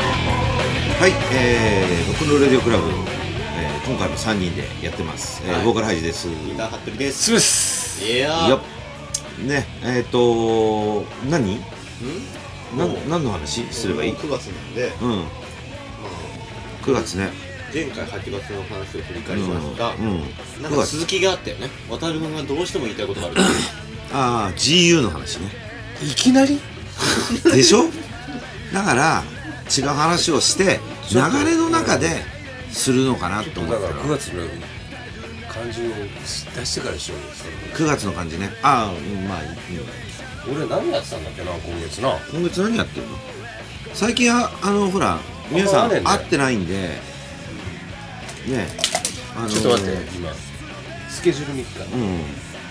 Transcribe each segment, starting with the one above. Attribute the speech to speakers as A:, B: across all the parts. A: はい、えー、ロックンロールレディオクラブ、えー、今回も3人でやってます、えー
B: はい
A: ボーカルハイジですい
B: ギターハットリです。
C: そうです
B: いやー
A: やねえっ、ー、と何
B: ん
A: な
B: もう
A: 何の話すればいい
B: もう9月なんで、
A: うん
B: まあ
A: 9月ね
B: 前回8月の話を振り返りましたが、
A: うんうん
B: なん
A: 9
B: か
A: 月
B: 続きがあったよね。渡る君がどうしても言いたいことがある。
A: ああ GU の話ね
C: いきなり
A: でしょだから違う話をして流れの中でするのかなと
C: だ
A: 思
C: か
A: った
C: ら
A: ら
C: 9月の感じを出してからでしょ
A: 9月の感じねああうんまあいいよ
C: 俺何やってたんだっけな今月な
A: 今月何やってるの最近はあのほら皆さ
C: あ
A: ん
C: んま会わねえんだよ
A: 会ってないんでねあの
C: ちょっと待って今スケジュール見てたの
A: うん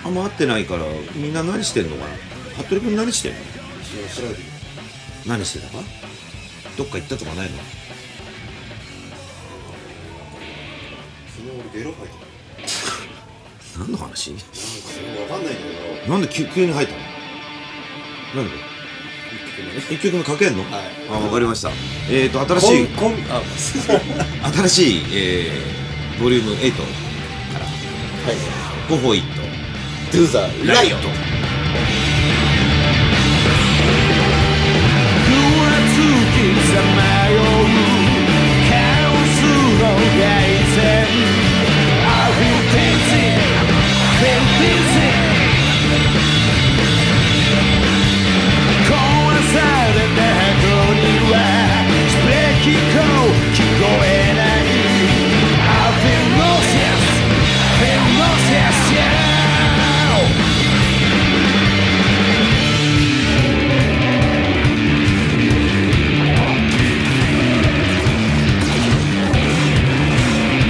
A: あんま会ってないからみんな何してんのかな服部君何してんの何してたかどっか行ったとかないの
B: 昨日俺ゲロ吐いた。
A: 何の話
B: なんかわかんないんだ
A: なんで急急に入ったのなんで一曲目かけんの、
B: はい
A: あわかりましたえっ、ー、と新しい
C: こんこんあ
A: 新しい、えー、ボリューム8
B: けど。はい。
A: ゴホイッ
B: ドゥーザー
A: ト
B: ライオン。
D: 「9月刻さまようカオスのガラス」「I will dance it, feel this it」「壊された箱にはスプレー機構聞こえない」「I feel nauseous, feel nauseous, yeah」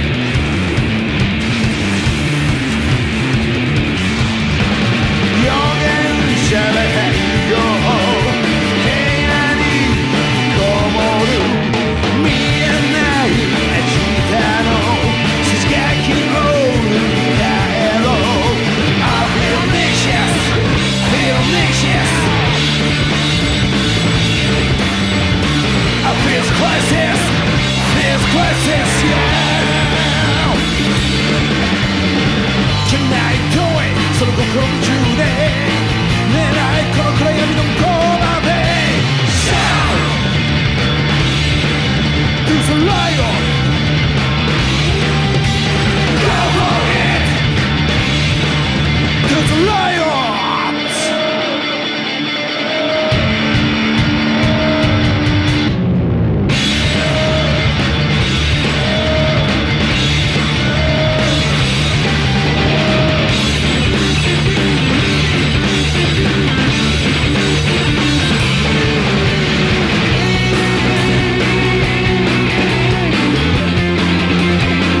D: 「予言者ばかりを部屋にこもる」「見えない明日の筋書きを見返ろう」「I feel anxious, feel anxious」「I feel crisis, feel crisis, yeah」Can I do it? その心中で狙いこの暗闇の向こうまで Shout! To the lion! Go for it! To the lions! じゃないとえその心の中で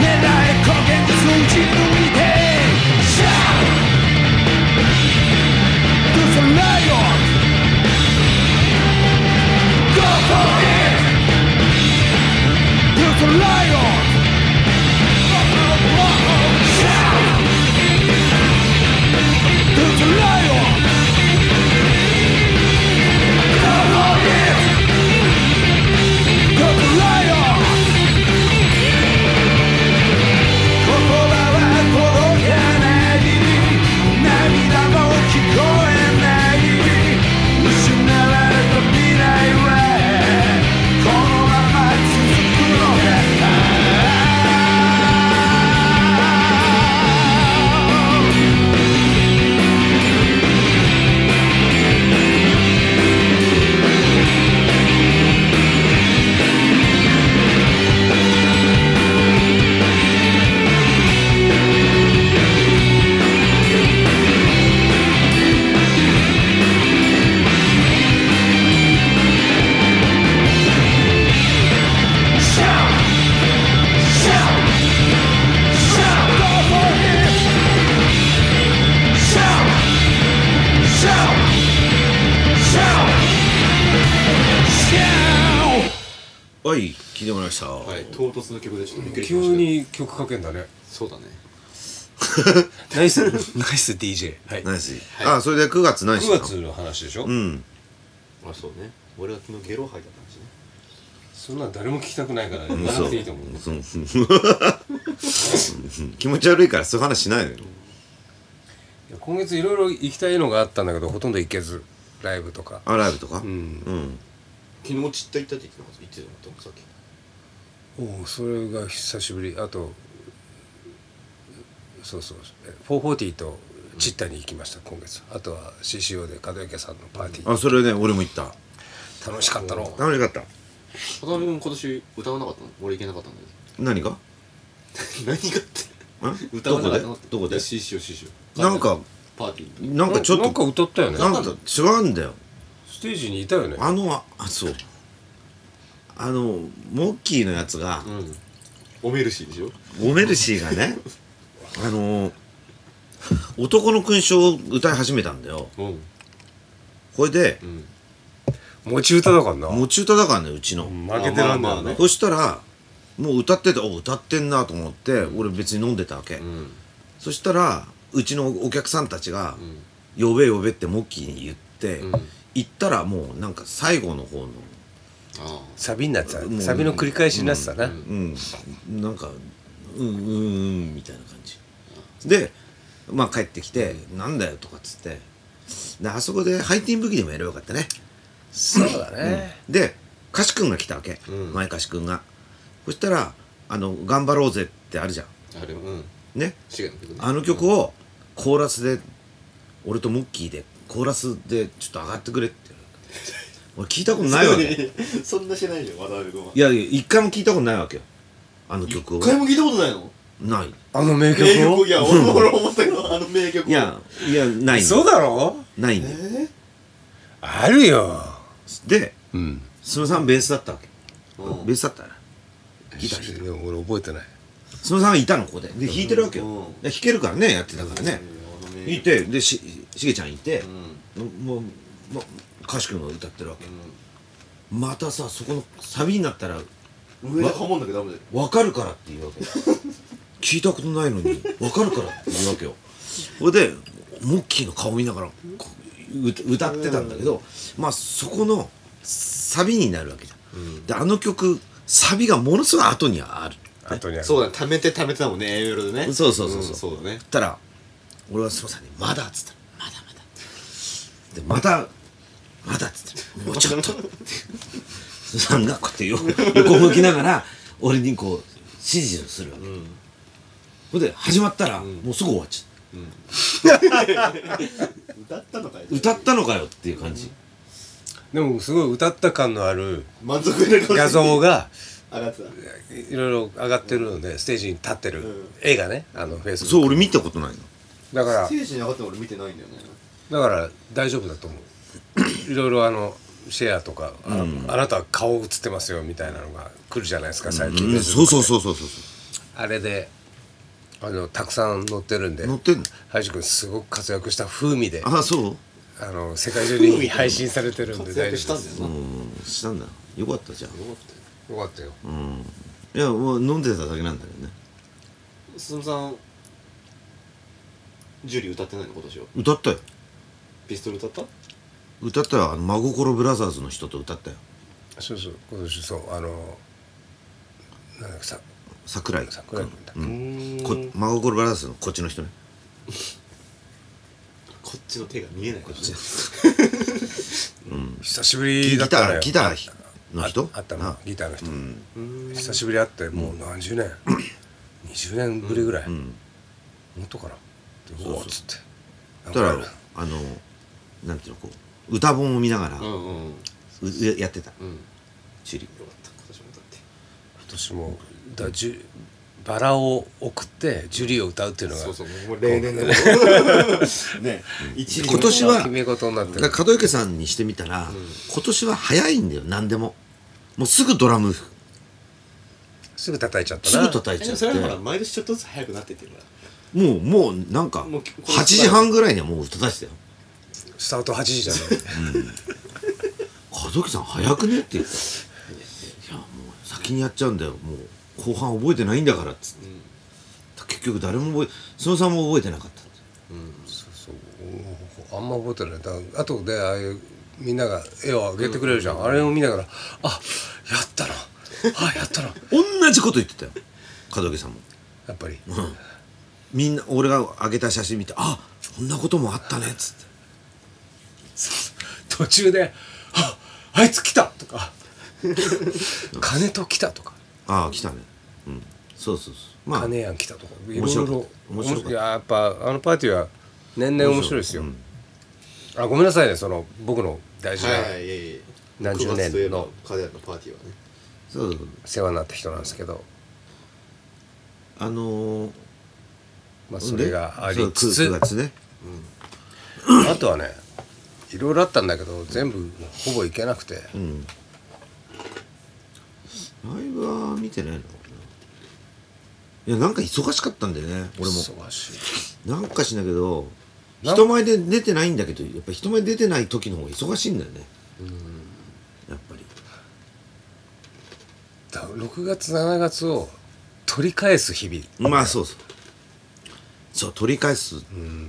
D: 狙い焦げた数字を抜いて Shout! To the lion! Go for it! To the lion! Shout! To the lion! Go for it!「心は届かない」「涙も聞こえない」「失われた未来はこのまま続くのか」
A: おい聞いてもらいました、
B: はい、唐突の曲でちょっとびっくりしましたけど
C: 急に曲かけんだね
B: そう だね
C: ナイスナイス DJ はい
A: 何し、あそれで9月何し
C: 9
A: たの
C: 月の話でしょ、
A: うん
B: あそうね俺は昨日ゲロ吐いた感じね
C: そんなん誰も聞きたくないから言わなくていいと思う、
A: そう気持ち悪いからそういう話しないのよ
C: いや今月いろいろ行きたいのがあったんだけどほとんど行けずライブとか
A: あライブとかう、
C: うんん
B: 昨日ちった行ったって言ってたの言ってたのさっき
C: おうそれが久しぶりあとそうそうえ440とチッタに行きました今月あとは CCO で門池さんのパーティー
A: あそれね俺も行った
C: 楽しかったの
A: 楽しかった
B: 渡辺君今年歌わなかったの俺行けなかったんだ
A: 何が
B: けど何がっ
A: ん
B: て歌わなかった
A: ど
B: の
A: こでどこで
B: 師匠師匠
A: なんか
B: パーティー
A: なんかちょっと
C: なんか歌ったよね
A: なんか違うんだよ
C: ステージにいたよね
A: あのああそうあのモッキーのやつが、
B: うんおめるしでしょ
A: ゴメルシーがねあの男の勲章を歌い始めたんだよ
B: うん
A: これで
B: うん
C: 持ち歌だからな
A: 持ち歌だからねうちの、
C: 負けてらんだ
B: まあまあ
C: よ
B: まあ
C: ね
B: ね
A: そしたらもう歌っててお歌ってんなと思って俺別に飲んでたわけ、
B: うん
A: そしたらうちのお客さんたちが「
B: うん
A: 呼べ呼べ」ってモッキーに言って、
B: うん
A: 行ったらもうなんか最後の方の
B: あ
C: サビになってた
A: うん
C: サビの繰り返しになってたな、
A: うんなんかうんうんうんみたいな感じでまあ帰ってきて「なんだよ」とかっつってであそこでハイティン武器でもやればよかったね
C: そうだね、
A: でカシ君が来たわけ、
B: うん
A: 前カシ君がそしたら「あの頑張ろうぜ」ってあるじゃん
B: ああれうん
A: ね
B: 違うけどね
A: あの曲をコーラスで俺とモッキーでコーラスでちょっと上がってくれって言われた俺聞いたことないわけい
B: そんなしないよ渡辺君は
A: やいや一回も聞いたことないわけよあの曲を
B: 一回も聞いたことないの
A: ない
C: あの名曲
B: 名曲
C: を
B: いや俺も俺も思ったけどあの名曲を
A: いやいやないんだよ
C: そうだろ
A: ないんだ
B: え
A: よ
B: ー
C: あるよ
A: で
C: うん
A: すのさんベースだったわけ
B: うん
A: ベースだったなギター弾いて
C: でも俺覚えてない
A: すのさんがいたのここでで弾いてるわけよ
B: うん
A: で弾けるからねやってたからね
B: あの名曲
A: いてでししげちゃんいて
B: うん
A: もうもうかしくんが歌ってるわけまたさそこのサビになったら
B: うん上でハモんなきゃダメだよ
A: 分かるからって言うわけ聞いたことないのに分かるからって言うわけよそれでモッキーの顔見ながらこうう歌ってたんだけどまあそこのサビになるわけじゃん、であの曲サビがものすごい後にある
C: あとにある
B: そうだね貯めて貯めてたもんね A メロでね
A: そうそうそうそうん
B: そうだね
A: 言ったら俺はすまさんに「まだ」っつったら「まだまだ」でまた「まだ」っつったら「もうちょっと」 すまさんがこうやってよ横向きながら俺にこう指示をするわけ、ほんで始まったら、もうすぐ終わっちゃ
B: 歌ったのかよ
A: う歌ったのかよっていう感じ、
C: でもすごい歌った感のある
B: 満足いな顔
C: 画像が
B: 上がってた
C: いろいろ上がってるのでステージに立ってる
B: うん
C: 絵がねあのフェイス
A: そう俺見たことないの
C: だから
B: ステージに上がっても俺見てないんだよね
C: だから大丈夫だと思ういろいろあのシェアとかあ,、なたは顔映ってますよみたいなのが来るじゃないですか最近、
A: うん、そうそうそうそうそう
C: あれであのたくさん載ってるんで
A: 乗ってんの
C: ハイジ君すごく活躍した風味であ
A: ああそう
C: の世界中に配信されてるんで
B: 活
C: 大
B: 躍した
C: 丈夫
B: ん
C: で
B: だ
C: す
B: よな
A: うんしたんだよかったじゃん
C: よかったよ、
A: いやもう飲んでただけなんだけどね
B: 進さんジュリー歌ってないの今年は
A: 歌ったよ
B: ピストル歌った
A: 歌ったよあの真心ブラザーズの人と歌ったよ
C: そうそう今年そうあのなんだっけさ
A: 桜井
C: 桜井君だ、
B: うん
A: こ真心ブラザーズのこっちの人ね
B: こっちの手が見えないこっち
C: 久しぶ
A: ギ
C: り
A: タ
C: だったの
A: ー
C: よ
A: ギターの人
C: ああったの
A: あ
C: ギターの人、久しぶり会ってもう何十年、20年ぶりぐらい、もっとかなでおおっつって
A: だから
C: なんか
A: あのなんていうのこう歌本を見ながら
B: うんうん
A: うややってた
B: うんよ
A: チュリ
B: かった今年も歌って
C: 今年もだじゅバラを送ってジュリーを歌うっていうのが
B: そうそうもう例年だもんね一
A: 今年は
C: 決め事になって
A: だ
C: る
A: から門池さんにしてみたら、今年は早いんだよ何でももうすぐドラムす
C: すぐ叩いちゃったな
A: ぐ叩いち
B: えで
A: ゃ
B: も
A: っ
B: そ
A: て
B: れはほら毎年ちょっとずつ早くなってってるから
A: もうもうなんか
B: もうこれ
A: 8時半ぐらいにはもう歌出してたよ
C: スタート8時じ ゃない
A: 門池さん早くねって言っていやもう先先にやっちゃうんだよもう後半覚えてないんだからっつって、結局誰も覚えそのさんも覚えてなかった
C: そうおあんま覚えてないだあとでああいうみんなが絵を上げてくれるじゃん、あれを見ながら「あやったなあやったな
A: 同じこと言ってたよ門脇さんも
C: やっぱり
A: みんな俺が上げた写真見てあこんなこともあったねっつって
C: 途中で「ああいつ来た!」とか「金と来た!」とか
A: ああ来たねうんそうそうそう
C: 「
A: まあ
C: 金やん来た!」とかいろ
A: 面
C: い
A: 白か
C: ろ
A: った面白かった
C: いややっぱあのパーティーは年々面白いですよ、あごめんなさいねその僕の大事な
B: はいはいいえいえ
C: 何十年の
B: 9月といえば彼らのパーティーはね
A: そうそうそう
C: 世話になった人なんですけど、
A: あのー、
C: まあ、それがあ
A: そ
C: り
A: う
C: つ
A: く
C: つ
A: 9月ね
C: あとはねいろいろあったんだけど全部ほぼいけなくて、
A: うんライブは見てないのかないやなんか忙しかったんだよね俺も
C: 忙しい
A: なんかしなけど
C: なん
A: 人前で出てないんだけどやっぱ人前で出てない時の方が忙しいんだよねやっぱり
C: だ6月7月を取り返す日々
A: まあそうそうそう取り返す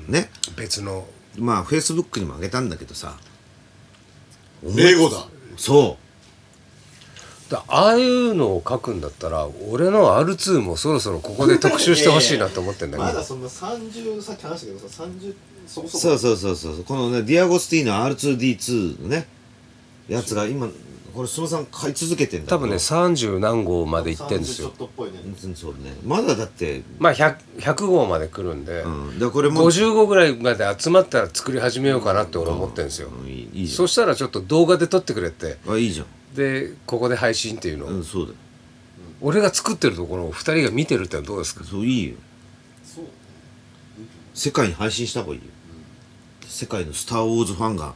A: ね
C: 別の
A: まあフェイスブックにもあげたんだけどさ
B: レゴだ
A: そ
C: だああいうのを書くんだったら俺の R2 もそろそろここで特集してほしいなと思ってんだけど
B: まだそんな30さっき話したけどさ30そこ
A: う
B: そこ
A: そうそうそうそうこのねディアゴスティーノ R2D2 のねやつが今これ須野さん買い続けてんだ
C: 多分ね30何号まで行ってん
B: 30
C: です
B: ちょ
C: よ
B: っとっぽいね
A: うんそうねまだだって
C: まあ 100, 100号まで来るんで、
A: うんでこれも
C: 50号ぐらいまで集まったら作り始めようかなって俺思ってるんですよ、
A: うんいいいいじ
C: そしたらちょっと動画で撮ってくれって
A: ゃんあいいじゃん
C: でここで配信っていうのを、
A: うんそうだよ
C: 俺が作ってるところを2人が見てるってのはどうですか
A: そういいよ
B: そう
A: 世界に配信した方がいいよ、世界のスター・ウォーズファンが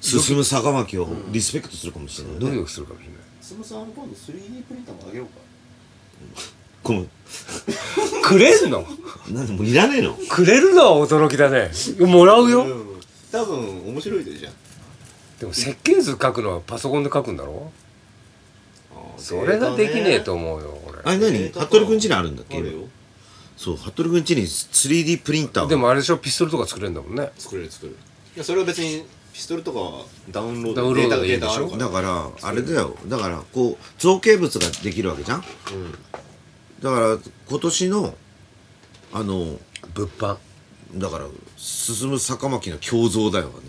A: 進む坂巻をリスペクトするかもしれないね、
C: 努力するかもしれない
B: そのさん今度 3D プリンターもあげようか
A: この
C: くれんの
A: なんでもういらねえの
C: くれるのは驚きだねもらうよ、
B: うん多分面白いでじゃん
C: でも設計図書くのはパソコンで書くんだろそれができねえと思うよ
A: あれ何服部くん家にあるんだっけ
B: あるよ
A: そう服部くん家に 3D プリンターが
C: 俺でもあれでしょピストルとか作れるんだもんね
B: 作れる作れるいやそれは別にピストルとかはダウンロード
C: ダウンロードでい
B: デー
C: いんで
B: タ
C: し
B: データある
C: ょ
B: から
A: だからあれだよだからこう造形物ができるわけじゃん、だから今年のあの
C: 物販
A: だから進む坂巻の胸像だよあの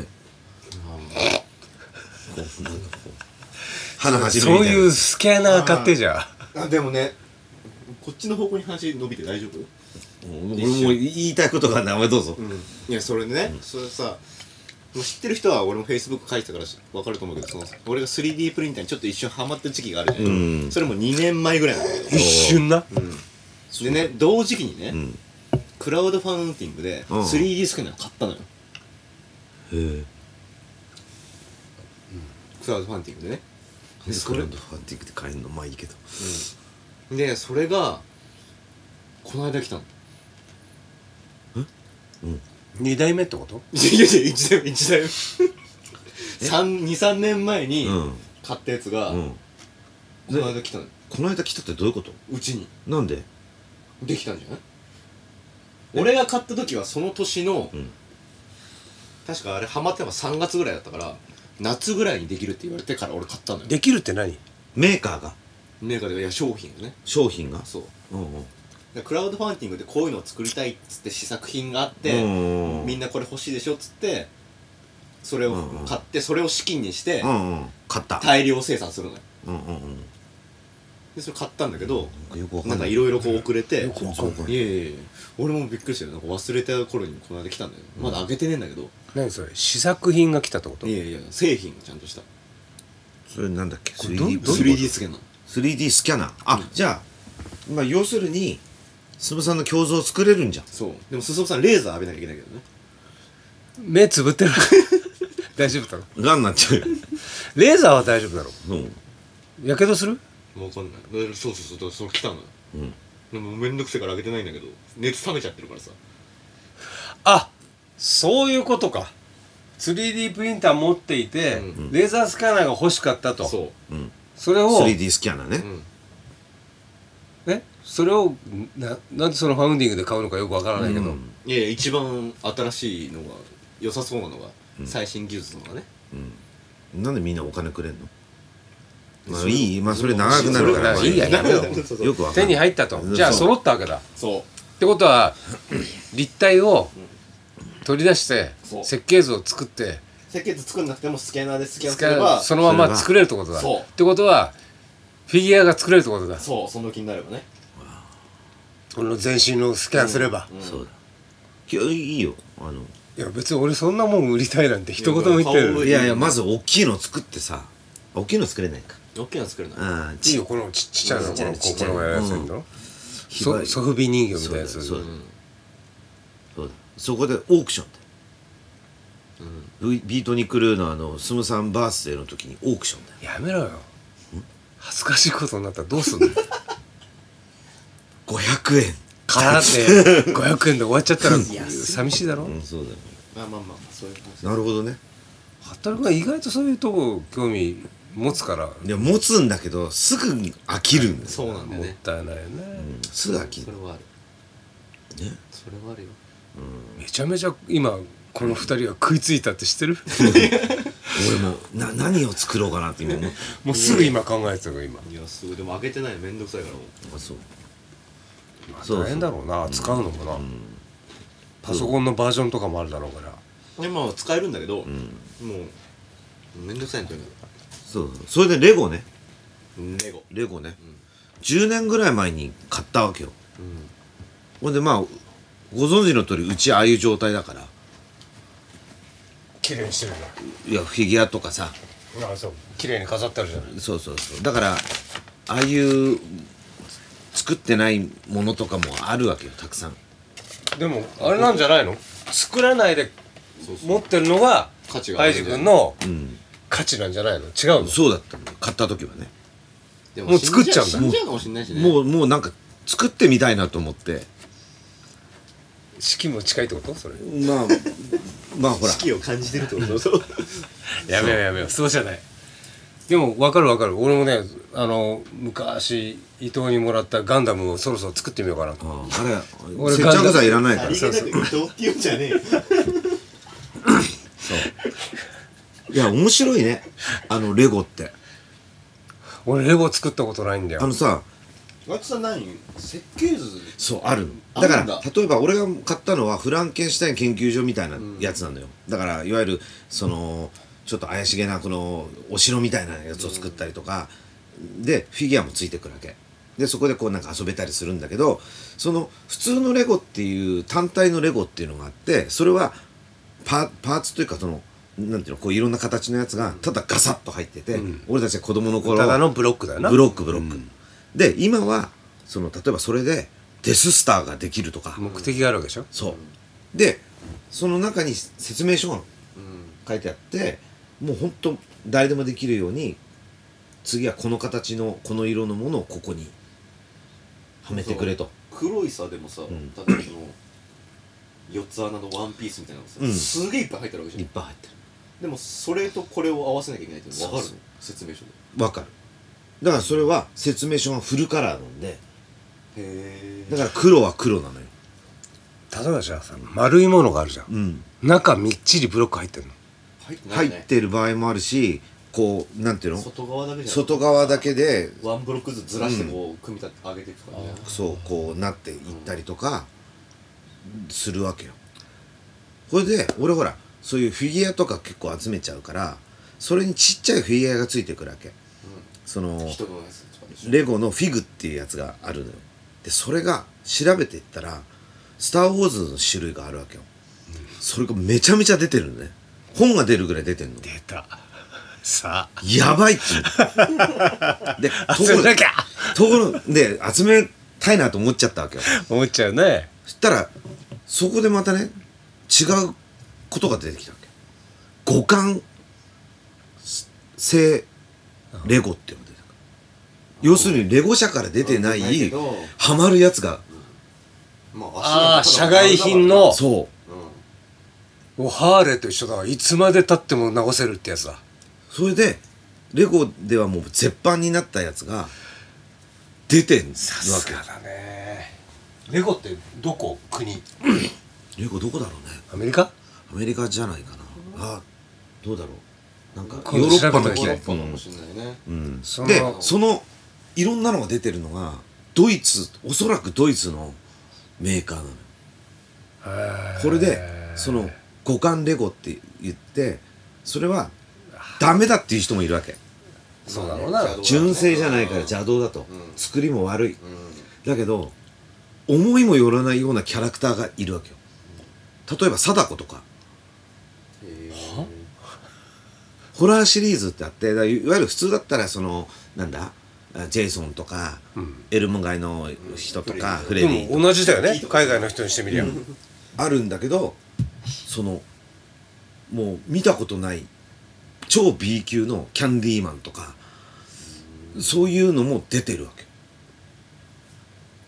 A: ねこうなんかこう花始
C: そ
A: めみ
C: う
A: たいな
C: いうスキャナー買ってじゃあ
B: あでもねこっちの方向に話伸びて大丈夫
A: うん俺も言いたいことがあるんだお前どうぞ、
B: うんいやそれね、それさもう知ってる人は俺もフェイスブック書いてたから分かると思うけどその俺が 3D プリンターにちょっと一瞬ハマってる時期があるじゃない、
A: うん
B: それも2年前ぐらいなんだよ
C: 一瞬な
B: でね同時期にね、
A: ん
B: クラウドファンディングで
A: うん
B: 3D スキャナー買ったのよ、
A: へえ
B: クラウドファンディングでねで
A: ス
B: そ
A: クラ
B: れ
A: ンドファンディングで買えるのまあいいけど
B: でそれがこの間来たの
C: 2代目ってこと
B: いやいやいや1台目1台目23年前に
A: うん
B: 買ったやつが、
A: うん
B: この間来たの
A: この間来たってどういうこと
B: うちに
A: なんで
B: できたんじゃない俺が買った時はその年の、
A: うん
B: 確かあれハマってたのが3月ぐらいだったから夏ぐらいにできるって言われてから俺買ったのよ
C: できるって何
A: メーカーが
B: メーカーでいや商品をね
A: 商品が
B: そう
A: うんうん
B: でクラウドファンディングでこういうのを作りたいっつって試作品があって、
A: うん
B: みんなこれ欲しいでしょっつってそれを
A: うんうん
B: 買って、それを資金にして、
A: うんうん買った
B: 大量生産するのよ
A: うんうんうん
B: でそれ買ったんだけど、
A: なんかよくわかん
B: な
A: ない
B: んかいろいろこう遅れて、
A: よくわかんない
B: いやいやいや俺もびっくりしたよなんか忘れた頃にこの間来たんだよ、まだ開けてねえんだけど
C: 何それ試作品が来たってこと
B: いやいや製品がちゃんとした
A: それなんだっけ
C: れど
A: 3D
C: どういうこと
B: 3D スキャナー
A: 3D スキャナーあ、じゃあまあ要するにすぶさんの胸像を作れるんじゃん
B: そうでもすそさんレーザー浴びなきゃいけないけどね
C: 目つぶってる 大丈夫だろ
A: がんなっちゃうよ、
C: レーザーは大丈夫だろ
A: うん、
C: やけどする
B: わかんないそうそうそうその来たのよ
A: うん
B: でもめんどくせえから開けてないんだけど熱冷めちゃってるからさ
C: あそういうことか 3D プリンター持っていて、
B: う
C: レーザースキャナーが欲しかったと
B: そう
A: うん
C: それを
A: 3D スキャナーね、
C: ねそれをななんでそのファウンディングで買うのかよくわからないけど、
B: いやいや一番新しいのが良さそうなのが、最新技術のがね
A: なんでみんなお金くれんのまあいいまあそれ長くなるから
C: それいいややめよう
B: そうそう
A: よくわかんな
C: 手
A: い
C: に入ったとじゃあ
A: そう
C: 揃ったわけだっ
B: そう
C: てことは立体を取り出して
B: そう
C: 設計図を作って
B: 設計図作んなくてもスキャナーでスキャンす
C: 使
B: れば
C: うそのまま作れるってことだっ
B: そう
C: てことはフィギュアが作れるってことだ
B: そうその気になればね
C: この全身のスキャンすれば、
A: そうだいやいいよあの
C: いや別に俺そんなもん売りたいなんて一言も言って
B: いや
C: る
A: いやいやまず大きいの作ってさ大きいの作れないか
B: 大きなの作るな
A: ああ
C: いい
A: ち
C: よこのちちっちゃいの
A: ちっち
C: こ
A: ゃい
C: の
A: ちっちゃい
C: このやつやんだろ
A: ひば
C: そ
A: り
C: ソフビ人形みた
A: そ
C: いうなや
A: だ
C: つ
A: そうだそうだそこでオークションだよ、ビビートに来るのあのスムさんバースデーの時にオークションだよ
C: やめろよ恥ずかしいことになったらどうすんの
A: 500円
C: 空で500円で終わっちゃったら寂しいだろ
A: うんそうだよ
B: まあまあまあそういう話
A: なるほどね
C: 働くは意外とそういうとこ興味持つから
A: いや持つんだけどすぐ飽きるんだよ
B: そうなんだ
C: も
B: よ
C: っ
B: ね
C: たいないよね
A: うんすぐ飽き
B: そ
A: る
B: れはある
A: ね
B: それはあるよ
C: めちゃめちゃ今この2人が食いついたって知ってる
A: 俺もな何を作ろうかなって今 思って
C: もうすぐ今考えてたよ今
B: いやすごいでも開けてないのめんどくさいからもう
A: あそうそうそう
C: 大変だろうな使うのかなパソコンのバージョンとかもあるだろうから
B: でまあ使えるんだけど、もうめんどくさいんだよね
A: そうそれでレゴね
B: レゴ
A: レゴね、10年ぐらい前に買ったわけよ、ほんでまあご存知の通りうちああいう状態だから
C: 綺麗にしてるん
A: いやフィギュアとかさ
C: だあそう綺麗に飾ってあるじゃない
A: そうそうそうだからああいう作ってないものとかもあるわけよたくさん
C: でもあれなんじゃないの作らないで持ってるのが
B: 価値があ
C: 愛
B: る
C: 知
B: んだよ
C: 君の
A: うん
C: 価値なんじゃないの違うの
A: そうだったの買った時はね
B: で
C: もう作っちゃうんだ
B: 死んじゃうかもしんないしね
A: もうもうなんか作ってみたいなと思って
C: 式も近いってことそれ
A: まあまあほら
B: 気を感じてるってことそう
C: やめようやめようそうじゃないでも分かる分かる俺もねあの昔伊藤にもらったガンダムをそろそろ作ってみようかなと
A: ああれ
C: 俺
A: 接着剤いらないか
B: あ
A: ら
B: り
A: そ
B: が
A: う
B: たく人って言うんじゃねえよ
A: いや面白いねあのレゴって
C: 俺レゴ作ったことないんだ
A: あ
C: よ
A: のさ
B: 岩田さん何設計図
A: そうあるの
B: あ
A: だ
B: るん
A: か
B: だ
A: ら例えば俺が買ったのはフランケンシュタイン研究所みたいなやつなのよ、だからいわゆるそのちょっと怪しげなこのお城みたいなやつを作ったりとか、でフィギュアもついてくるわけでそこでこうなんか遊べたりするんだけどその普通のレゴっていう単体のレゴっていうのがあってそれはパパーツというかそのなんていうのこういろんな形のやつがただガサッと入ってて、俺たちが子供の頃
C: ただのブロックだよな
A: ブロックブロック、で今はその例えばそれでデススターができるとか、
C: 目的があるわけでしょ
A: そうでその中に説明書が書いてあってもうほんと誰でもできるように次はこの形のこの色のものをここにはめてくれと
B: 黒いさでもさ、
A: ん
B: 例えばその四つ穴のワンピースみたいなのさ、
A: うん
B: すげえいっぱい入ってるわけ
A: い
B: じ
A: っ
B: ゃん
A: ぱい入って
B: でもそれとこれを合わせなきゃいけないって分かるの
A: そうそう
B: 説明書で
A: るわかるだからそれは説明書がフルカラーなんで
B: へ
A: だから黒は黒なのよ
C: 例えばじゃあさ丸いものがあるじゃん、
A: うん
C: 中みっちりブロック入ってるの
B: 入ってない
A: 入
B: ね
A: ってる場合もあるしこうなんていうの
B: 外側だけじゃん
A: 外側だけで
B: ワンブロックずつずらしてこう組み立て上げていくからね、
A: そうこうなっていったりとかするわけよこれで俺ほらそういうフィギュアとか結構集めちゃうからそれにちっちゃいフィギュアがついてくるわけその
B: 人のやつとかでしょ
A: レゴのフィグっていうやつがあるのよでそれが調べていったら「スター・ウォーズ」の種類があるわけよそれがめちゃめちゃ出てるのね本が出るぐらい出てるの
C: 出たさあ
A: やばいっつうのでとこ
C: 集
A: ろ
C: めなきゃ
A: ところで集めたいなと思っちゃったわけよ
C: 思っちゃうね
A: そしたらそこでまたね違うことが出てきたわけ五感性レゴっていうのが出てくる要するにレゴ社から出てない
B: ないけど
A: ハマるやつが
B: ま
C: ああ
B: 足
C: 社
B: の方が
C: 外品の
A: そう
C: おハーレーと一緒だいつまでたっても直せるってやつだ
A: それでレゴではもう絶版になったやつが出てんわけよ
C: だねレゴってどこ国
A: レゴどこだろうね
C: アメリカ
A: アメリカじゃないかなあどうだろうなんか
C: 今
A: ヨ
C: 度
A: ーロッパ
C: 調
A: の
C: べて
B: ヨーロ
C: みたい
A: 企
B: ッパ
A: 業
B: かもしれないね、
A: うん
C: その
A: でそのいろんなのが出てるのがドイツおそらくドイツのメーカーなのよこれでその五感レゴって言ってそれはダメだっていう人もいるわけ
C: そうだろうな
A: 純正じゃないから
B: ゃ
A: 邪道だと
B: うん
A: 作りも悪い
B: うん
A: だけど思いもよらないようなキャラクターがいるわけよ例えば貞子とか
B: え
A: ホラーシリーズってあってだいわゆる普通だったらそのなんだあジェイソンとか、エルモガイの人とか、フレ
C: で
A: ディとか
C: も同じだよね海外の人にしてみりゃ
A: あるんだけどそのもう見たことない超 B 級のキャンディーマンとかそういうのも出てるわけ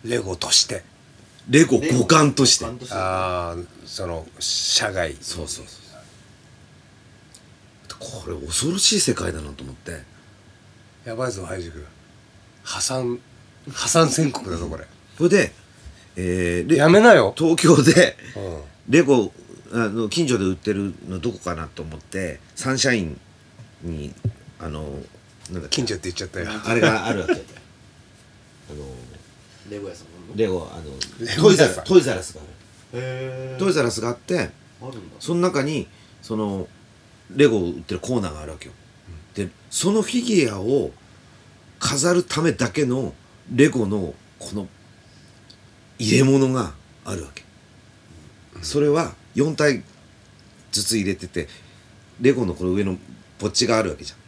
C: レゴとして
A: レゴ
B: ー
A: 五感として
B: 五感として
C: ああその社外
A: そうそうそうこれ恐ろしい世界だなと思って
C: やばいぞハイジ君破産破産宣告だぞこれ
A: それで、えーレ
C: やめなよ
A: 東京で
C: うん
A: レゴあの近所で売ってるのどこかなと思ってサンシャインにあのなんだっけ
C: 近所って言っちゃったよ
A: あれがあるわけであの
B: レゴ屋さんへ
A: レゴあの
C: レゴ
A: トイザ
C: 屋
A: ラ
C: さ
A: ストイザラスが
C: ん
A: ある
B: え
A: トイザラスがあって
B: あるんだ
A: その中にそのレゴを売ってるコーナーがあるわけよでそのフィギュアを飾るためだけのレゴのこの入れ物があるわけそれは4体ずつ入れててレゴのこの上のポッチがあるわけじゃん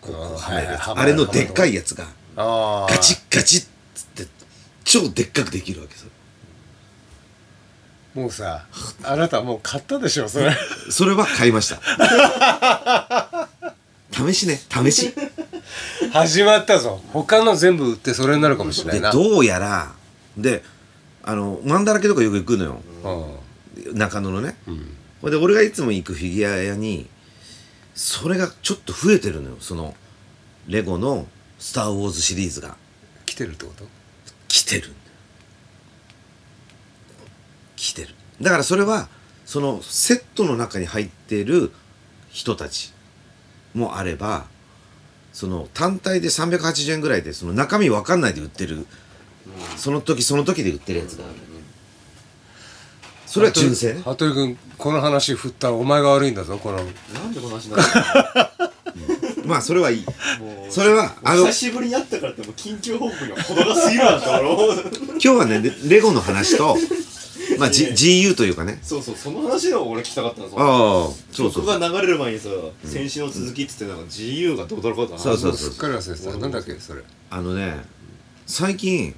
A: こうこうはめるやつあれのでっかいやつが
C: ああ
A: ガチッガチッつって超でっかくできるわけさ
C: もうさあなたもう買ったでしょそ れ
A: それは買いました 試しね試し
C: 始まったぞ他の全部売ってそれになるかもしれな
A: で
C: いな
A: どうやらであのマンだらけとかよく行くのよ
C: うん
A: 中野のね
C: うん
A: ほいで俺がいつも行くフィギュア屋にそれがちょっと増えてるのよそのレゴの「スター・ウォーズ」シリーズが
C: 来てるってこと
A: 来てるんだよ来てるだからそれはそのセットの中に入っている人たちもあればその単体で380円ぐらいでその中身わかんないで売ってるその時その時で売ってるやつがあるそれは純正ね
C: 服部君この話振ったらお前が悪いんだぞこの
B: なんでこの話になった
A: まあそれはいい
B: のもう
A: それはあの
B: 久しぶりに会ったからってもう緊急報告には程が過ぎるなんて俺思う
A: 今日はねレレゴの話とまあ、G、GU というかね
B: そうそうその話を俺聞きたかったのその
A: ああそうそう
B: 曲が流れる前にさ先週の続きっつってなんか GU がどうだろうかと
A: そうそう
C: もすっかり忘れてたなんだっけそれ
A: あのね最近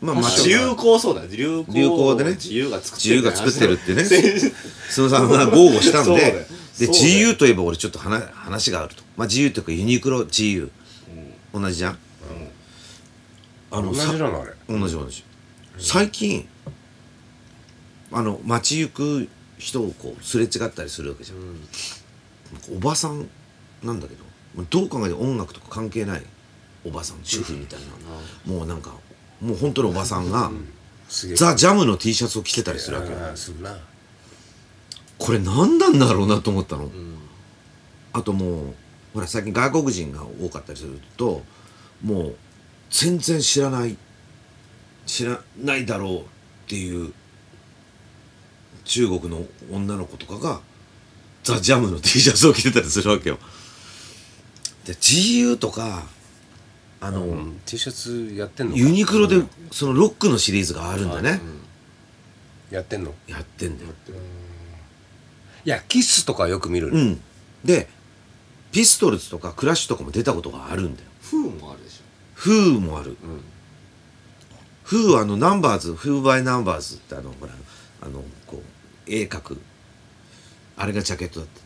A: まあ
C: ファッション
B: 自由行そうだ流行
A: 流行でね
B: 自由が作って
A: 自由が作ってるってね
B: 先週
A: 須野さんが豪語したん
B: そうだよ
A: で
B: そ
A: で
B: うだよ
A: GU といえば俺ちょっと話話があると、まあ、GU というかユニクロ GU、同じじゃん、あ
C: 同
A: の
C: じ
A: さ
C: なのあれ
A: 同じ同じ最近あの街行く人をこうすれ違ったりするわけじゃん、おばさんなんだけどどう考えても音楽とか関係ないおばさん主婦みたいなもうなんかもう本当のおばさんが、
C: すげえ
A: ザ・ジャムの T シャツを着てたりするわけよ
C: ああするな
A: これ何なんだろうなと思ったの、あともうほら最近外国人が多かったりするともう全然知らない知らないだろうっていう中国の女の子とかがザ・ジャムの T シャツを着てたりするわけよで GU とかあの、
C: うん T シャツやってんのか
A: ユニクロでそのロックのシリーズがあるんだね、
C: やってんの
A: やってんだよ
C: いやキスとかよく見る
A: う
C: ね
A: んでピストルズとかクラッシュとかも出たことがあるんだよ
B: 風もあるでしょ
A: フーもある、フーはあのナンバーズフーバイナンバーズってあのほらあのこう絵描くあれがジャケットだった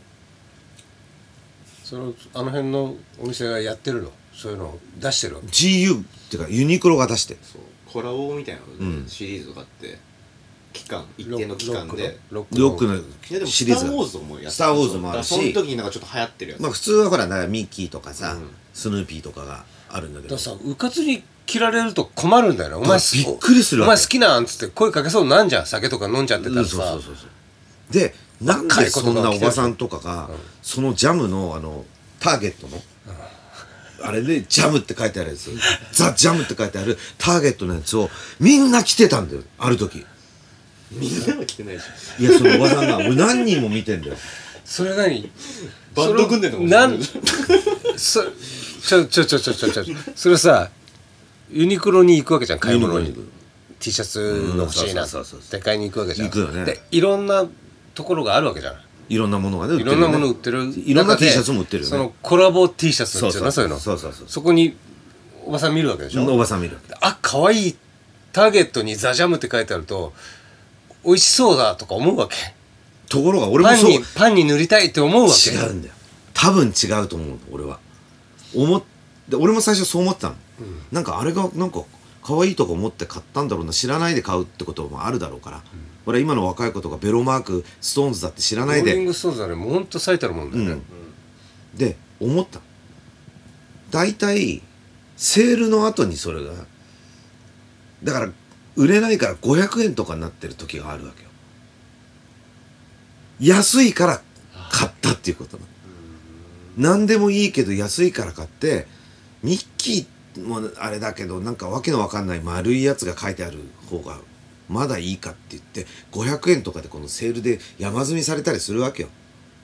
C: それあの辺のお店がやってるのそういうのを出してるわけ
A: GU っていうかユニクロが出してる
B: そうコラボみたいなシリーズがあって期間一定の期間で
C: ロック
A: ロック
C: の
B: いやで
A: の
B: も
A: シ
B: ス
A: リー
B: タ
A: ズ
B: ー・
A: が
B: ウォーズとかもやって
A: スターウォーズもあるし
B: だからその時になんかちょっと流行ってるやつ、
A: まあ普通はほらなんかミッキーとかさ、
B: うん
A: スヌーピーとかがあるんだけ
C: だか
A: ど
C: らさうかつに切られると困るんだよねお前す
A: びっくりするわ
C: お
A: け
C: 前好きなんつって声かけそうになんじゃん酒とか飲んじゃって
A: う
C: た
A: ん
C: ら
A: そうそ
C: さ
A: うそうそうでなんでそんなおばさんとかが、
C: うん
A: そのジャムのあのターゲット の、あれでジャムって書いてあるやつザ・ジャムって書いてあるターゲットのやつをみんな着てたんだよある時
B: みんなは来てないじゃん
A: いやそのおばさ んが俺何人も見てんだよ
C: それ何
B: バンド組んでんのかもしれ
C: な
B: なんい
C: そちょちょちょちょちょちょそれさユニクロに行くわけじゃん買い物
A: ユニ
C: に
A: クロに
C: T シャツの欲しいな
A: うんそうそうそうそう
C: で買いに行くわけじゃん
A: 行くよね
C: でいろんなところがあるわけじゃん
A: いろんなものがね売っ
C: い
A: てる
C: ろ
A: よね
C: んなもの売ってる
A: いろんな T シャツも売ってるよ
C: その
A: ね
C: コラボ T シャツっていうのそういうの
A: そうそうそう
C: そこにおばさん見るわけでしょ
A: おばさん見る
C: あ可愛いターゲットに「ザジャムって書いてあると美味しそうだとか思うわけ
A: ところが俺も
C: パン
A: そう
C: にパンに塗りたいって思うわけ
A: 違うんだよ多分違うと思う俺は思っで俺も最初そう思ってたの、なんかあれがなんか可愛いとこ思って買ったんだろうな知らないで買うってこともあるだろうから、俺は今の若い子とかベロマークストーンズだって知ら
C: ロ
A: ない
C: ーリ
A: で
C: ングストーンズはねもうほんと最たるもんだ
A: う
C: よね、
A: んで思った大体セールの後にそれがだから売れないから500円とかになってる時があるわけよ安いから買ったっていうことなの何でもいいけど安いから買ってミッキーもあれだけどなんかわけのわかんない丸いやつが書いてある方がまだいいかって言って500円とかでこのセールで山積みされたりするわけよ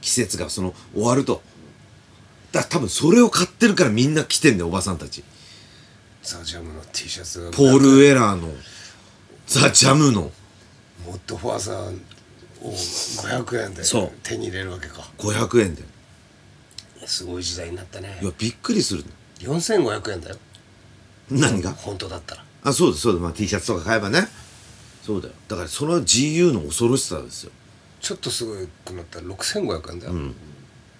A: 季節がその終わるとだから多分それを買ってるからみんな来てんだよおばさんたち
C: ザジャムの T シャツが
A: ポール・ウェラーのザ・ジャムの
C: モッドファーザーを500円で
A: そう
C: 手に入れるわけか
A: 500円です
C: ごい時代になったね
A: いやびっくりする
C: 4500円だよ
A: 何 が
C: 本当だったら
A: あそうですそうです、まあ、T シャツとか買えばねそうだよだからその GU の恐ろしさですよ
C: ちょっとすごくなったら6500円だよ、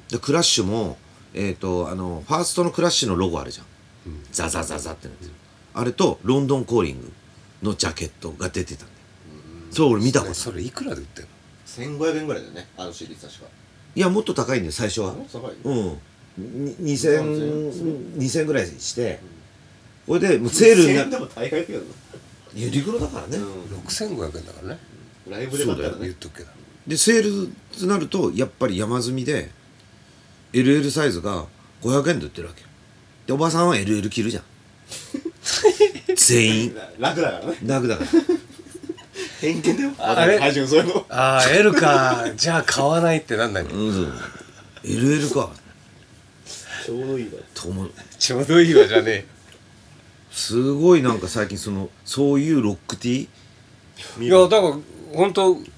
A: でクラッシュもえっ、とあのファーストのクラッシュのロゴあるじゃん、ザザザザってなってる、あれとロンドンコーリングのジャケットが出てたんだよ、そう俺見たことあ
C: ね
A: る
C: それいくらで売ってんの
B: 1500円ぐらいだよねあのシリーズ確か
A: いやもっと高いんだよ最初は
B: もっと高い
A: うんに2000 2000ぐらいにしてこれでもうセー
B: セー
A: ル
B: ル
A: に
B: に
A: な
B: な
A: っ
B: でも大概だけどな
A: ユニクロだからね
C: 6500円だからね
B: ライブで買ったら
C: 言っ
B: ね
C: とくけど
A: でセールとなるとやっぱり山積みで LL サイズが500円で売ってるわけよでおばさんは LL 着る じゃん全員
B: 楽だからね
A: 楽だから
B: 偏見だよ
C: あれ
B: 配信そういうの
C: ああ L かじゃあ買わないってなんないの
A: うんそう LL か
B: ちょうどいいだよ
A: と思う
C: ちょうどいいわじゃねえ
A: すごいなんか最近そのそういうロックティー
C: いやだから本当ひ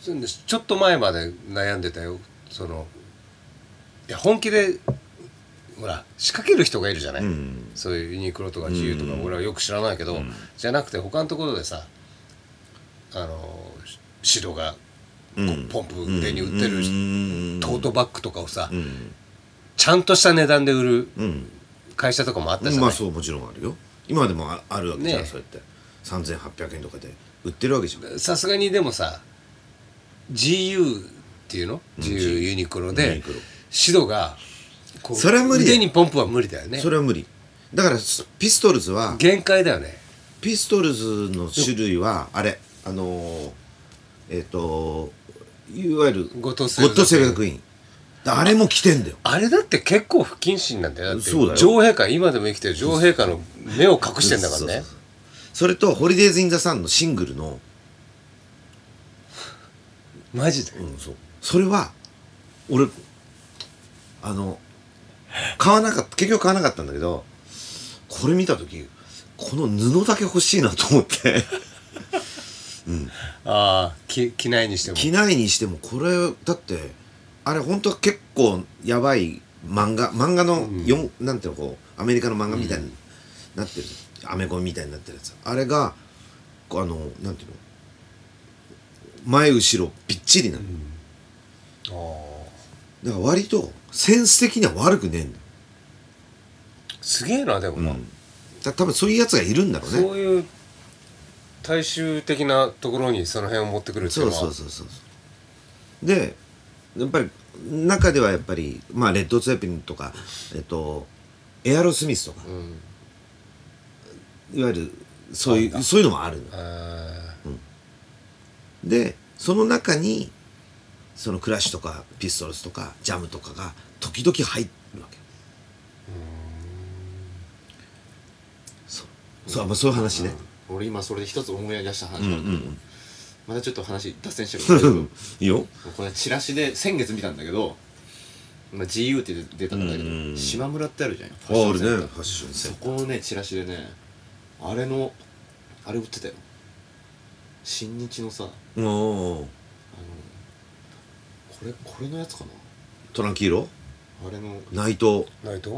C: そうねちょっと前まで悩んでたよそのいや本気でほら仕掛ける人がいるじゃない、
A: うん
C: そういうユニクロとか自由とか、
A: うん
C: 俺はよく知らないけど、
A: うん
C: じゃなくて他のところでさあのしシドが
A: うん
C: ポンプでに売ってる
A: る
C: トートバッグとかをさ、
A: うん
C: ちゃんとした値段で売る
A: うん
C: 会社とかもあったじゃない、
A: まあそうもちろんあるよ今でもああるわけじゃん、
C: ねえ
A: そうやって3800円とかで売ってるわけじゃん
C: さすがにでもさ GU っていうの ?GU ユニクロ
A: ユ
C: で
A: ニクロ
C: シドがこう
A: それは無理だよ
C: 腕にポンプは無理だよね
A: それは無理だからスピストルズは
C: 限界だよね
A: ピストルズの種類はあれあのーえっ、といわゆる
C: ゴッドセ
A: ゴ
C: ル
A: ッドセル学院あれも来てんだよ
C: あれだって結構不謹慎なんだよだって
A: そうだよ
C: 女王陛下今でも生きてる女王陛下の目を隠してんだから
A: そうそう
C: ね
A: そうそれとホリデーズ・イン・ザ・サンのシングルの
C: マジで
A: うん、そうそれは俺あの買わなかった結局買わなかったんだけどこれ見た時この布だけ欲しいなと思って
C: ああき着ないにしても
A: 着ないにしてもこれだってあれ本当は結構やばい漫画漫画の四なんていうのこうアメリカの漫画みたいになってる、アメコミみたいになってるやつあれがこうあのなんていうの前後ろびっちりなの、
C: ああ
A: だから割とセンス的には悪くねえんだよ
C: すげえなでもな、
A: だ多分そういうやつがいるんだろうね
C: そういう大衆的なところにその辺を持ってくるってい
A: そうう
C: のは
A: そうそうそうそうでやっぱり中ではやっぱりまあレッド・ツェッペリンとかえっとエアロスミスとか、
C: ん
A: いわゆるそういうそういうのもあるの
C: あ
A: でその中にそのクラッシュとかピストルズとかジャムとかが時々入るわけそうそう,、まあ、そういう話ね、
B: 俺今それで一つ思い出した話
A: うん、う
B: がある、
A: ん
B: またちょっと話脱線してるけ
A: う
B: ど大
A: ん
B: 丈
A: いいよ
B: 夫これチラシで先月見たんだけど、まあ、GU って出たんだけど、
A: うんうん
B: 島村ってあるじゃん
A: ああるね
B: センター
A: ファッションセン
B: そ
A: ター
B: このねチラシでねあれのあれ売ってたよ新日のさあの
A: おー
B: これこれのやつかな
A: トランキーロ
B: あれの
A: 内藤
C: あないと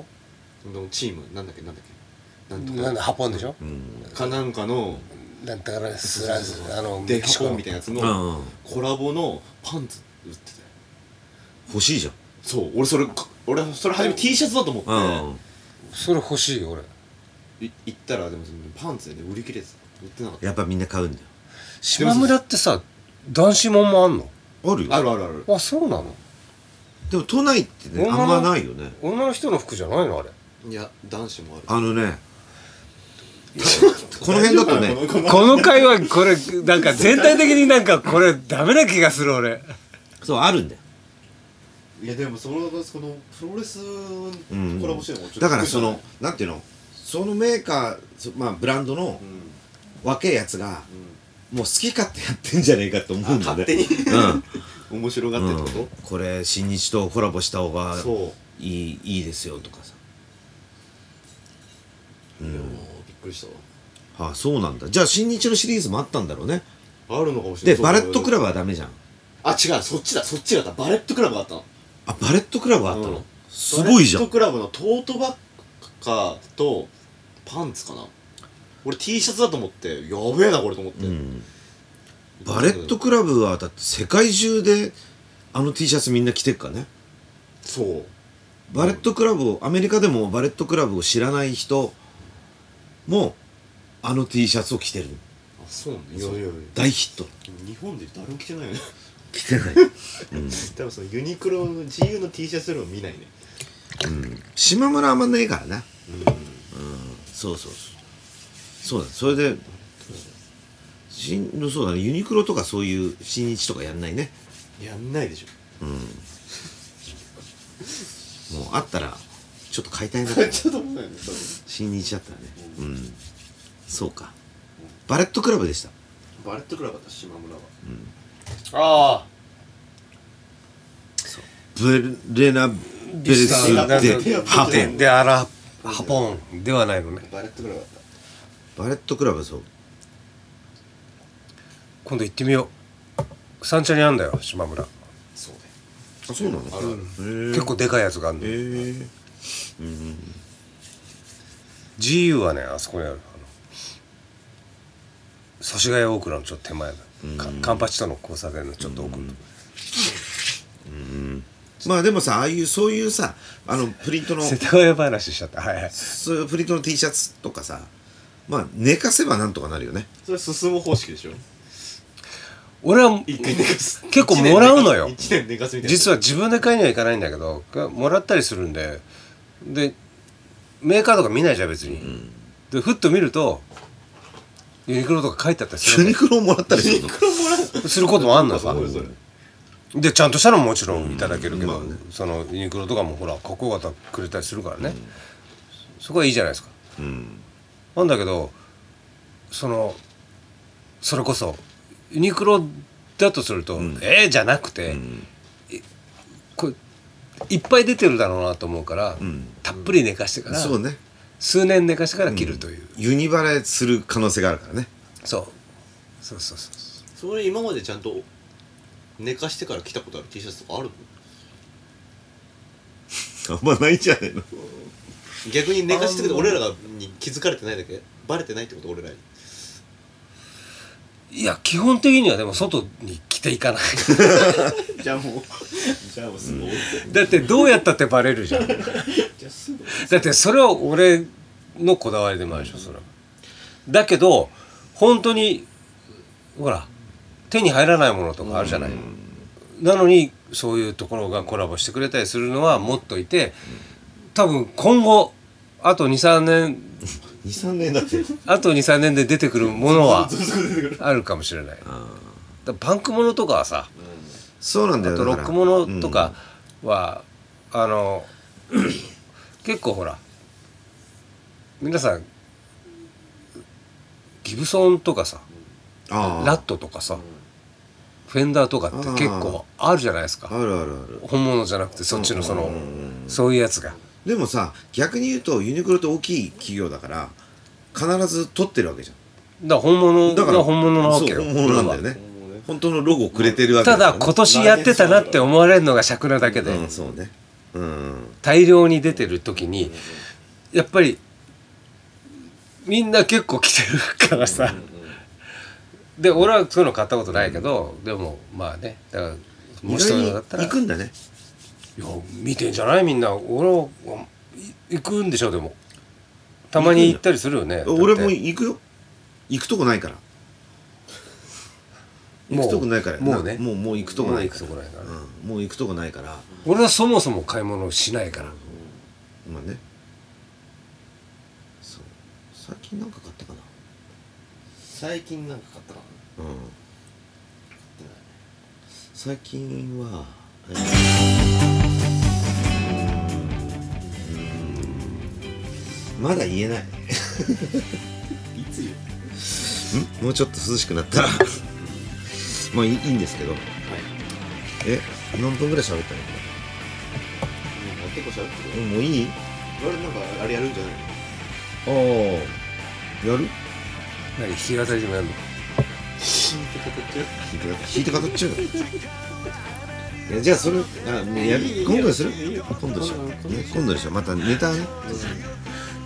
B: のチームなんだっけなんだっけなんとか
C: なんだハポンでしょ
A: うん
B: かなんかの
C: なんだからすらあの
B: デカポンみたいな
C: な
B: やつ
A: う
B: の
A: ん
B: コラボのパンツ売ってたよ
A: 欲しいじ
B: そう俺それ俺それ初め T シャツだと思
A: ゃんう
B: っ
A: ん
C: それ欲しいよ俺
B: てい行ったらでもパンツでね売り切れてた売ってなかっ
A: やっぱみんな買うんだよ
C: 島村ってさ男子もんもあんの
A: ある
B: たあ
A: よ
B: るあるある
C: あそうなの
A: でも都内ってね
C: 女の
A: あんまないよね
C: 女の人の服じゃないのあれ
B: いや男子もある
A: あのね この辺だとね
B: このこの
C: この会話これなんか全体的になんかこれダメな気がする俺
A: そうあるんだよ
B: いやでもそのそのプロレス
A: うん
B: コラボしてるのもちょっと
A: だからそのなんていうのそのメーカーそまあブランドの
B: うん
A: 若えやつがもう好き勝手やってんじゃねえかと思うんだ
B: 勝
A: ね
B: 手に
A: うん
B: 面白がってるって
A: うん
B: こ
A: これ新日とコラボした方が
B: とそ
A: いいいいですよとかさ
B: ういやもうびっくりし
A: あそうなんだじゃあ新日のシリーズもあったんだろうね
B: たわあるのかもしれ
A: で
B: ない
A: バレットクラ
B: ブ
A: ブはダメじゃん
B: あ違うそっちだそっちだったバレットクラブがあったの
A: あバレットクラブあった
B: う
A: の
B: ん
A: すごいじゃ
B: バレッ
A: ん
B: トクラブのトートバッグかとパンツかな俺 T シャツだと思ってやべえなこれと思って、
A: うんバレットクラブはだって世界中であの T シャツみんな着てっからね
B: そう
A: バレットクラブをアメリカでもバレットクラブを知らない人もあの T シャツを着てる
B: あそうなんだいやいやいや
A: 大ヒット
B: 日本で誰も着てないよね
A: 着てない、うん、
B: 多分そのユニクロの GU の T シャツよりも見ないね
A: 島村あんまねえからなうん、そうそうそうそうだそれで新そうだねユニクロとかそういう新日とかやんないね
B: やんないでしょ
A: もうあったらちょっと買いたいな
B: ちょっと思ったよね多分
A: 新日だったらねうんそうかバレットクラブでした
B: バレットクラブだった島村は
C: ああ
A: ブレナベレスでハペン
C: であらハポンではないのね
B: バレットクラブだった
A: バレットクラブそう
C: 今度行ってみよう三茶にあんだよ島村
B: そうね
A: あそうなの
B: あるある
A: 結
C: 結構でかいやつがあるの
A: へえ
C: GU はねあそこにあるあの祖師ヶ谷大倉のちょっと手前だかカンパチとの交差点のちょっと奥の
A: まあでもさああいうそういうさあのプリントの
C: 世田谷話しちゃったはいはい
A: そういうプリントの T シャツとかさまあ寝かせばなんとかなるよね
B: それ進む方式でしょ
C: 俺は
B: 一回寝かす
C: 結構もらうのよ
B: 一年寝かすみたいな
C: 実
B: は
C: は自分で買いにはいかないんだけどがもらったりするんででメーカーとか見ないじゃん別に、でふっと見るとユニクロとか書いてあったりす
A: ユニ
C: る
A: クロもらったりするの
C: することもあんのよさ
B: それそれ
C: でちゃんとしたのももちろんいただけるけど、
A: うんまあね
C: そのユニクロとかもほらかっこよかったくれたりするからね、そこはいいじゃないですか
A: うん
C: なんだけどそのそれこそユニクロだとすると、えー、じゃなくて、えこれいっぱい出てるだろうなと思うから、
A: ん
C: たっぷり寝かしてから、
A: そうね
C: 数年寝かしてから切るという、
A: ユニバレする可能性があるからね
C: そうそうそうそうそ
B: それ今までちゃんと寝かしてから着たことある T シャツとかあるの
A: あんまないんじゃないの
B: 逆に寝かしてくれて俺らがに気づかれてないだけバレてないってこと俺らに
C: ういや基本的にはでも外に着ていかない
B: じゃあもう じゃあもうすぐ終わって
C: だってどうやったってバレるじゃんだ
B: じゃあすぐ
C: ってそれは俺のこだわりでもあるでしょそれはだけど本当にほら手に入らないものとかあるじゃない、なのにそういうところがコラボしてくれたりするのはもっといて多分今後あと23年
B: 23年だって
C: あと23年で出てくるものはあるかもしれないだからパンクものとかはさ
A: そうなんだ
C: あ
A: よ
C: と
A: だ
C: ロッ
A: から
C: クものとかは、あの 結構ほら皆さんギブソンとかさ
A: あ
C: ラッ
A: あ
C: トとかさフェンダーとかって結構あるじゃないですか
A: あるあるある
C: 本物じゃなくてそっちのそ
A: う
C: の
A: んうんうん
C: そういうやつが
A: でもさ逆に言うとユニクロって大きい企業だから必ず取ってるわけじゃ
C: だから本
A: ん
C: 物
A: だから
C: が本物なわ
A: そ
C: けよ
A: う本物なんだよね本当のロゴくれてるわけ
C: た
A: から
C: だ
A: ね
C: 今年やってたなって思われるのが尺なだけで
A: うんそうねうん
C: 大量に出てる時にやっぱりみんな結構着てるからさで俺はそういうの買ったことないけどでもまあねだからも
A: 意
C: しそ
A: 外
C: ういう
A: に
C: のだったら
A: 行
C: い
A: くんだね
C: や見てんじゃないみんな俺はい行くんでしょでもたまに行ったりするよね
A: 俺
C: だっ
A: も
C: て
A: 行くよ行くとこないから行
C: もう
A: くとこないから
C: もうね
A: もうもう行くとこないから
C: もう行くとこないから
A: うんもう行くとこないから
C: 俺はそもそも買い物をしないから
A: まあねそう最近なんか買ったかな
B: 最近なんか買ったかな
A: うん最近はえーうーんまだ言えない
B: いつよ
A: んもうちょっと涼しくなった らまあいいいいんですけど
B: はい
A: え何分ぐらい喋ったのこ
B: うん結構喋って
A: れう
B: るよ
A: んもういい
B: 俺なんかあれやるんじゃないの
A: ああやる
C: 何弾き語りでもやるの
A: 引いて語っち ゃうよいやじゃあそれあもうやる
B: いいよ
A: 今度にする
B: いいよ
A: 今度にしよう、ね
B: 今度にしよう、
A: 今度にしようまたネタね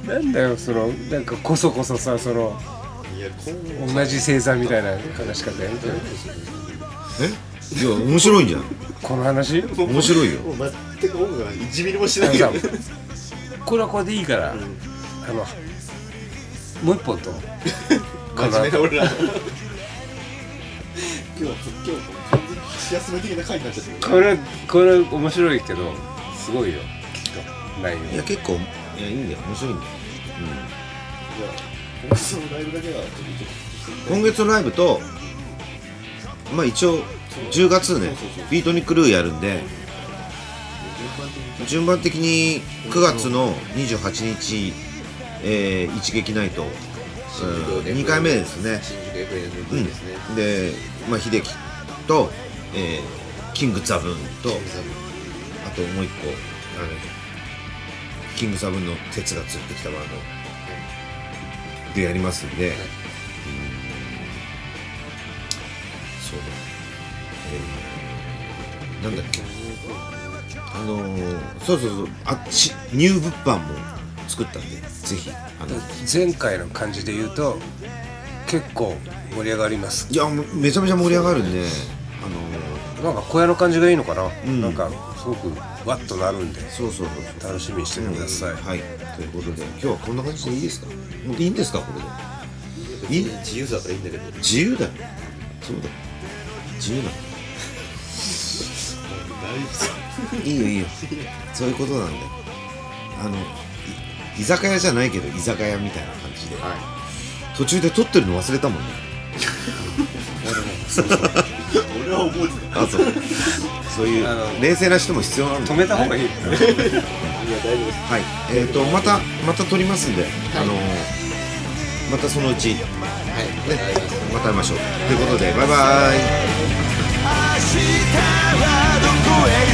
C: なんだよそのなんかこそこそさその
B: いや今後
C: 同じ星座みたいな話し方やめて
A: えいや面白いんじゃん
C: この話
A: 面白いよ
B: もう全く音楽が1ミリもし
C: あ
B: な
C: の
B: いよ
C: さこれはこれでいいから、あのもう一本 と
B: 真面目な俺ら今日は今日も完全に箸休め的な回になっちゃってる
C: これこれ面白いけどすごいよきっと内
A: いや
C: 容
A: 結構いやいいんだよ面白いんだよ、
B: じゃあ今月のライブだけはちょっとちょっ
A: うん、今月のライブとまあ一応10月ね
B: そうそうそう
A: ビートニックルーやるんで順番的に9月の28日、えー一撃ナイト、うん、2回目ですね
B: 新宿 FM
A: うん
B: ですね、
A: で、まあ、秀樹と、えーキング・ザ・ブーンとあともう一個あのキング・ザ・ブーンの鉄がついてきたバンドでやりますんで、うんそうだ、えーなんだっけあのーそうそうそうあしニュー物販も作ったんでぜひあの
C: 前回の感じで言うと結構盛り上がります
A: いやもうめちゃめちゃ盛り上がるんであのー
C: なんか小屋の感じがいいのかな、
A: ん
C: なんかすごくワッとなるんで
A: そうそうそうそう
C: 楽しみにしててください
A: うんはいということで今日はこんな感じでいいですかもういいんですかこれでいい
B: 自由だったらいいんだけど
A: 自由だよそうだよ自由なのいいよいいよそういうことなんだよあのい居酒屋じゃないけど居酒屋みたいな感じで、途中で撮ってるの忘れたもんね
B: 俺は覚えて
A: あそうそうい
C: あの
A: う冷静な人も必要なんだ
C: 止めた方がい
A: は
C: い、
A: い、えっ、とまたまた撮りますんで、あのー、またそのうち、ね、また会いましょう。ということで、バイバイ。
D: 明日はどこへ行く